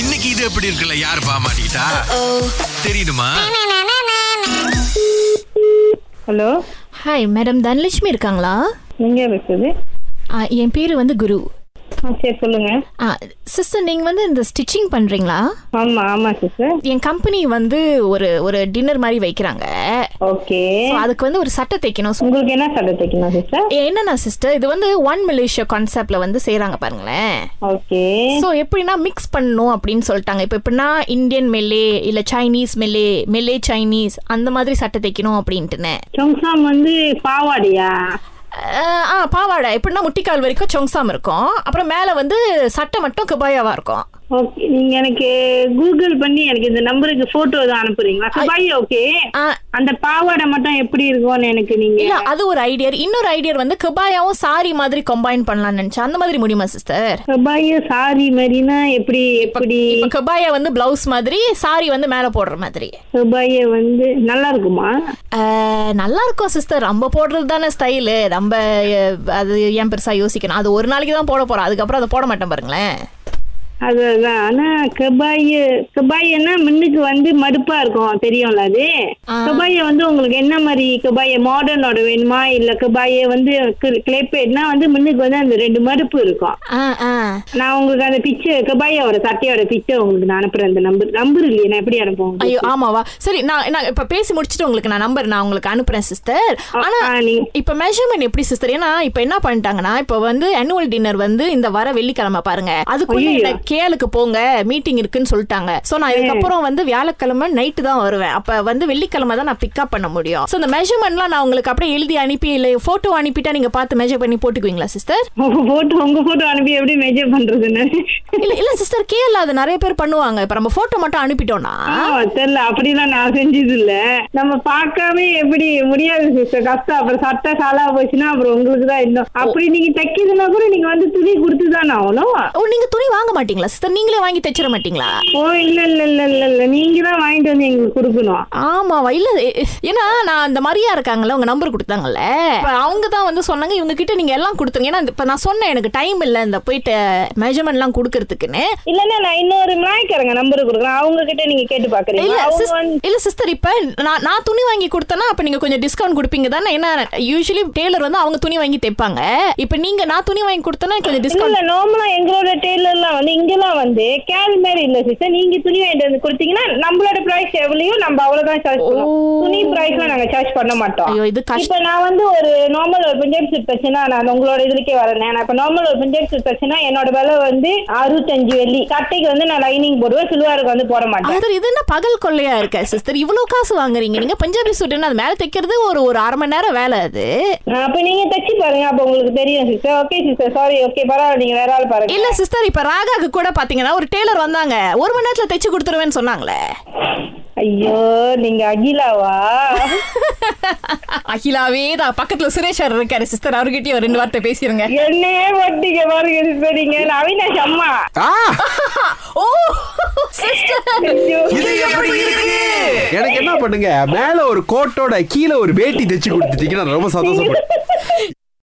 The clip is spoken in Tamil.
இன்னைக்கு இது எப்படி இருக்குல்ல யார் பாமாட்டா தெரியுமா ஹலோ ஹாய் மேடம் தனலட்சுமி இருக்காங்களா எங்க பேசுது ஆ, என் பேர் வந்து குரு ஆ சரி சொல்லுங்க சிஸ்டர் நீங்கள் வந்து இந்த ஸ்டிச்சிங் பண்ணுறீங்களா ஆமா ஆமா சிஸ்டர் என் கம்பெனி வந்து ஒரு ஒரு டின்னர் மாதிரி வைக்கிறாங்க ஓகே So, அதுக்கு வந்து ஒரு சட்டை தைக்கணும் So, உங்களுக்கு என்ன சட்டை தைக்கணும் சிஸ்டர் என்னன்னா சிஸ்டர் இது வந்து ஒன் மலேசியா கான்செப்டில் வந்து செய்கிறாங்க பாருங்களேன் ஓகே ஸோ எப்படின்னா மிக்ஸ் பண்ணணும் அப்படின்னு சொல்லிட்டாங்க இப்போ எப்படின்னா இந்தியன் மெல்லே இல்லை சைனீஸ் மெல்லே மெல்லே சைனீஸ் அந்த மாதிரி சட்டை தைக்கணும் அப்படின்ட்டுனேன் சொங்சாம் வந்து பாவாடியா அஹ், ஆ பாவாடை எப்படின்னா முட்டிக்கால் வரைக்கும் சொங்சாம் இருக்கும் அப்புறம் மேலே வந்து சட்டை மட்டும் கபாயாவாக இருக்கும் ஓகே நீங்க எனக்கு கூகுள் பண்ணி எனக்கு இந்த நம்பருக்கு போட்டோ எதுவும் அனுப்புறீங்களா சபாய் ஓகே ஆ, அந்த பாவாடை மட்டும் எப்படி இருக்கும்னு எனக்கு நீங்க இல்ல அது ஒரு ஐடியா இன்னொரு ஐடியா வந்து கபாயாவும் சாரி மாதிரி கம்பைன் பண்ணலாம்னு நினைச்சேன் அந்த மாதிரி முடியுமா சிஸ்டர் சபாய் சாரி மாதிரினா எப்படி எப்படி இப்ப கபாயா வந்து பிளவுஸ் மாதிரி சாரி வந்து மேல போடுற மாதிரி சபாய வந்து நல்லா இருக்குமா அஹ், நல்லா இருக்கும் சிஸ்டர் நம்ம போடுறது தானே ஸ்டைலு நம்ம அஹ், அது ஏன் பெருசா யோசிக்கணும் அது ஒரு நாளைக்கு தான் போட போறோம் அதுக்கப்புறம் அதை போட மாட்டேன் பாருங்களேன் அதுதான் ஆனா கபாய் கபாயன்னா முன்னுக்கு வந்து மடுப்பா இருக்கும் தெரியும்ல அது ஆ. கபாய வந்து உங்களுக்கு என்ன மாதிரி கபாய மாடர்னோட வேணுமா இல்ல கபாய வந்து கிளேப்பேட்னா வந்து முன்னுக்கு வந்து அந்த ரெண்டு மடுப்பு இருக்கும் ஆ, ஆ. நான் உங்களுக்கு அந்த பிக்சர் கபாயோட சட்டையோட பிக்சர் உங்களுக்கு நான் அனுப்புறேன் அந்த நம்பர் நம்பர் இல்லையே நான் எப்படி அனுப்புவோம் ஐயோ ஆமாவா சரி நான் நான் இப்ப பேசி முடிச்சுட்டு உங்களுக்கு நான் நம்பர் நான் உங்களுக்கு அனுப்புறேன் சிஸ்டர் ஆனா நீங்க இப்ப மெஷர்மெண்ட் எப்படி சிஸ்டர் ஏன்னா இப்ப என்ன பண்ணிட்டாங்கன்னா இப்ப வந்து annual டின்னர் வந்து இந்த வர வெள்ளிக்கிழமை பாருங்க அதுக்குள்ள ஐயையோ. என்ன கேலுக்கு போங்க மீட்டிங் இருக்குன்னு சொல்லிட்டாங்க சோ நான் இதுக்கப்புறம் வந்து வியாழக்கிழமை நைட்டு தான் வருவேன் அப்ப வந்து வெள்ளிக்கிழமை தான் நான் பிக்கப் பண்ண முடியும் சோ இந்த மெஷர்மெண்ட்லாம் நான் உங்களுக்கு அப்படியே எழுதி அனுப்பி இல்ல போட்டோ அனுப்பிட்டா நீங்க பார்த்து மெஷர் பண்ணி போட்டுக்குவீங்களா சிஸ்டர் உங்க போட்டோ உங்க போட்டோ அனுப்பி எப்படி மெஜர் பண்றதுன்னு இல்ல இல்ல சிஸ்டர் கேல அது நிறைய பேர் பண்ணுவாங்க இப்ப நம்ம போட்டோ மட்டும் அனுப்பிட்டோம்னா ஆமா, தெரியல அப்படிலாம் நான் செஞ்சது இல்ல நம்ம பார்க்காம எப்படி முடியாது சிஸ்டர் கஷ்டம் அப்புறம் சட்டை காலா போச்சுன்னா அப்புறம் உங்களுக்கு தான் இன்னும் அப்படி நீங்க தைக்கிதுன்னா கூட நீங்க வந்து துணி கொடுத்து தானே ஆகணும் ஓ நீங்க துணி வாங்க மாட்டீங்களா சிஸ்டர் நீங்களே வாங்கி தைச்சிட மாட்டீங்களா ஓ இல்ல இல்ல இல்ல இல்ல இல்ல நீங்க தான் வாங்கிட்டு வந்து எங்களுக்கு கொடுக்கணும் ஆமாவா இல்ல எ- ஏன்னா நான் அந்த மரியா இருக்காங்கல்ல உங்க நம்பர் கொடுத்தாங்கல்ல இப்ப அவங்க தான் வந்து சொன்னாங்க இவங்க கிட்ட நீங்க எல்லாம் கொடுத்துருங்க ஏன்னா இப்ப நான் சொன்னேன் எனக்கு டைம் இல்ல இந்த போயிட்டு மெஷர்மெண்ட் எல்லாம் கொடுக்கறதுக்குன்னு இல்லன்னா நான் இன்னொரு நாய்க்காரங்க நம்பர் கொடுக்குறேன் அவங்க கிட்ட நீங்க கேட்டு பாக்குறீங்க இல்ல அவங்க sis- வந்து- இல்ல சிஸ்டர் இப்ப நான் நான் துணி வாங்கி கொடுத்தேன்னா அப்ப நீங்க கொஞ்சம் டிஸ்கவுண்ட் கொடுப்பீங்க தானே ஏன்னா யூஸ்வலி டெய்லர் வந்து அவங்க துணி வாங்கி தைப்பாங்க இப்ப நீங்க நான் துணி வாங்கி கொடுத்தேன்னா கொஞ்சம் இல்ல டிஸ்கவுண்ட் இல்ல நார்மலா எங்களோட டெய்லர்லாம் வந்து இங்கெல்லாம் வந்து கேள் மாதிரி இல்ல சிஸ்டர் நீங்க துணி வாங்கிட்டு வந்து கொடுத்தீங்கன்னா நம்மளோட பிரைஸ் எவ்வளையோ நம்ம அவ்வளவுதான் சார்ஜ் பண்ணுவோம் ஓ. துணி பிரைஸ்லாம் நாங்க சார்ஜ் பண்ண மாட்டோம் ஐயோ இது கஷ்டம் இப்ப நான் வந்து ஒரு நார்மல் ஒரு பஞ்சாப் செட் தச்சுனா நான் உங்களோட இதுலக்கே வரேன் நான் இப்ப நார்மல் ஒரு பஞ்சாப் செட் தச்சுனா என்னோட விலை வந்து அறுபத்தஞ்சு வெள்ளி சட்டைக்கு வந்து நான் லைனிங் போடுவேன் சில்வாருக்கு வந்து போட மாட்டேன் அதர் இது என்ன பகல் கொள்ளையா இருக்க சிஸ்டர் இவ்வளவு காசு வாங்குறீங்க நீங்க பஞ்சாபி சூட் என்ன அது மேல தைக்கிறது ஒரு ஒரு அரை மணி நேரம் வேலை அது அப்ப நீங்க தச்சு பாருங்க அப்ப உங்களுக்கு தெரியும் sister okay sister sorry okay பரவாயில்ல நீங்க வேற ஆள் பாருங்க இல்ல சிஸ்டர் இப்ப ராகாக்கு கூட பாத்தீங்கன்னா ஒரு டெய்லர் வந்தாங்க ஒரு மணி நேரத்துல தைச்சு கொடுத்துருவேன்னு சொன்னாங்களே ஐயோ நீங்க அகிலாவா அகிலாவே தான் பக்கத்துல சுரேஷ் சார் இருக்காரு சிஸ்டர் அவர்கிட்டயும் ஒரு ரெண்டு வார்த்தை பேசிருங்க என்னையே பட்டிக்க பாருங்க சிஸ்டர் நீங்க நான் அவினாஷ் அம்மா ஓ சிஸ்டர் ஐயோ. இது எப்படி இருக்கு எனக்கு என்ன பண்ணுங்க மேல ஒரு கோட்டோட கீழே ஒரு வேட்டி தைச்சு கொடுத்துட்டீங்கன்னா நான் ரொம்ப சந்தோஷப்பட்டேன்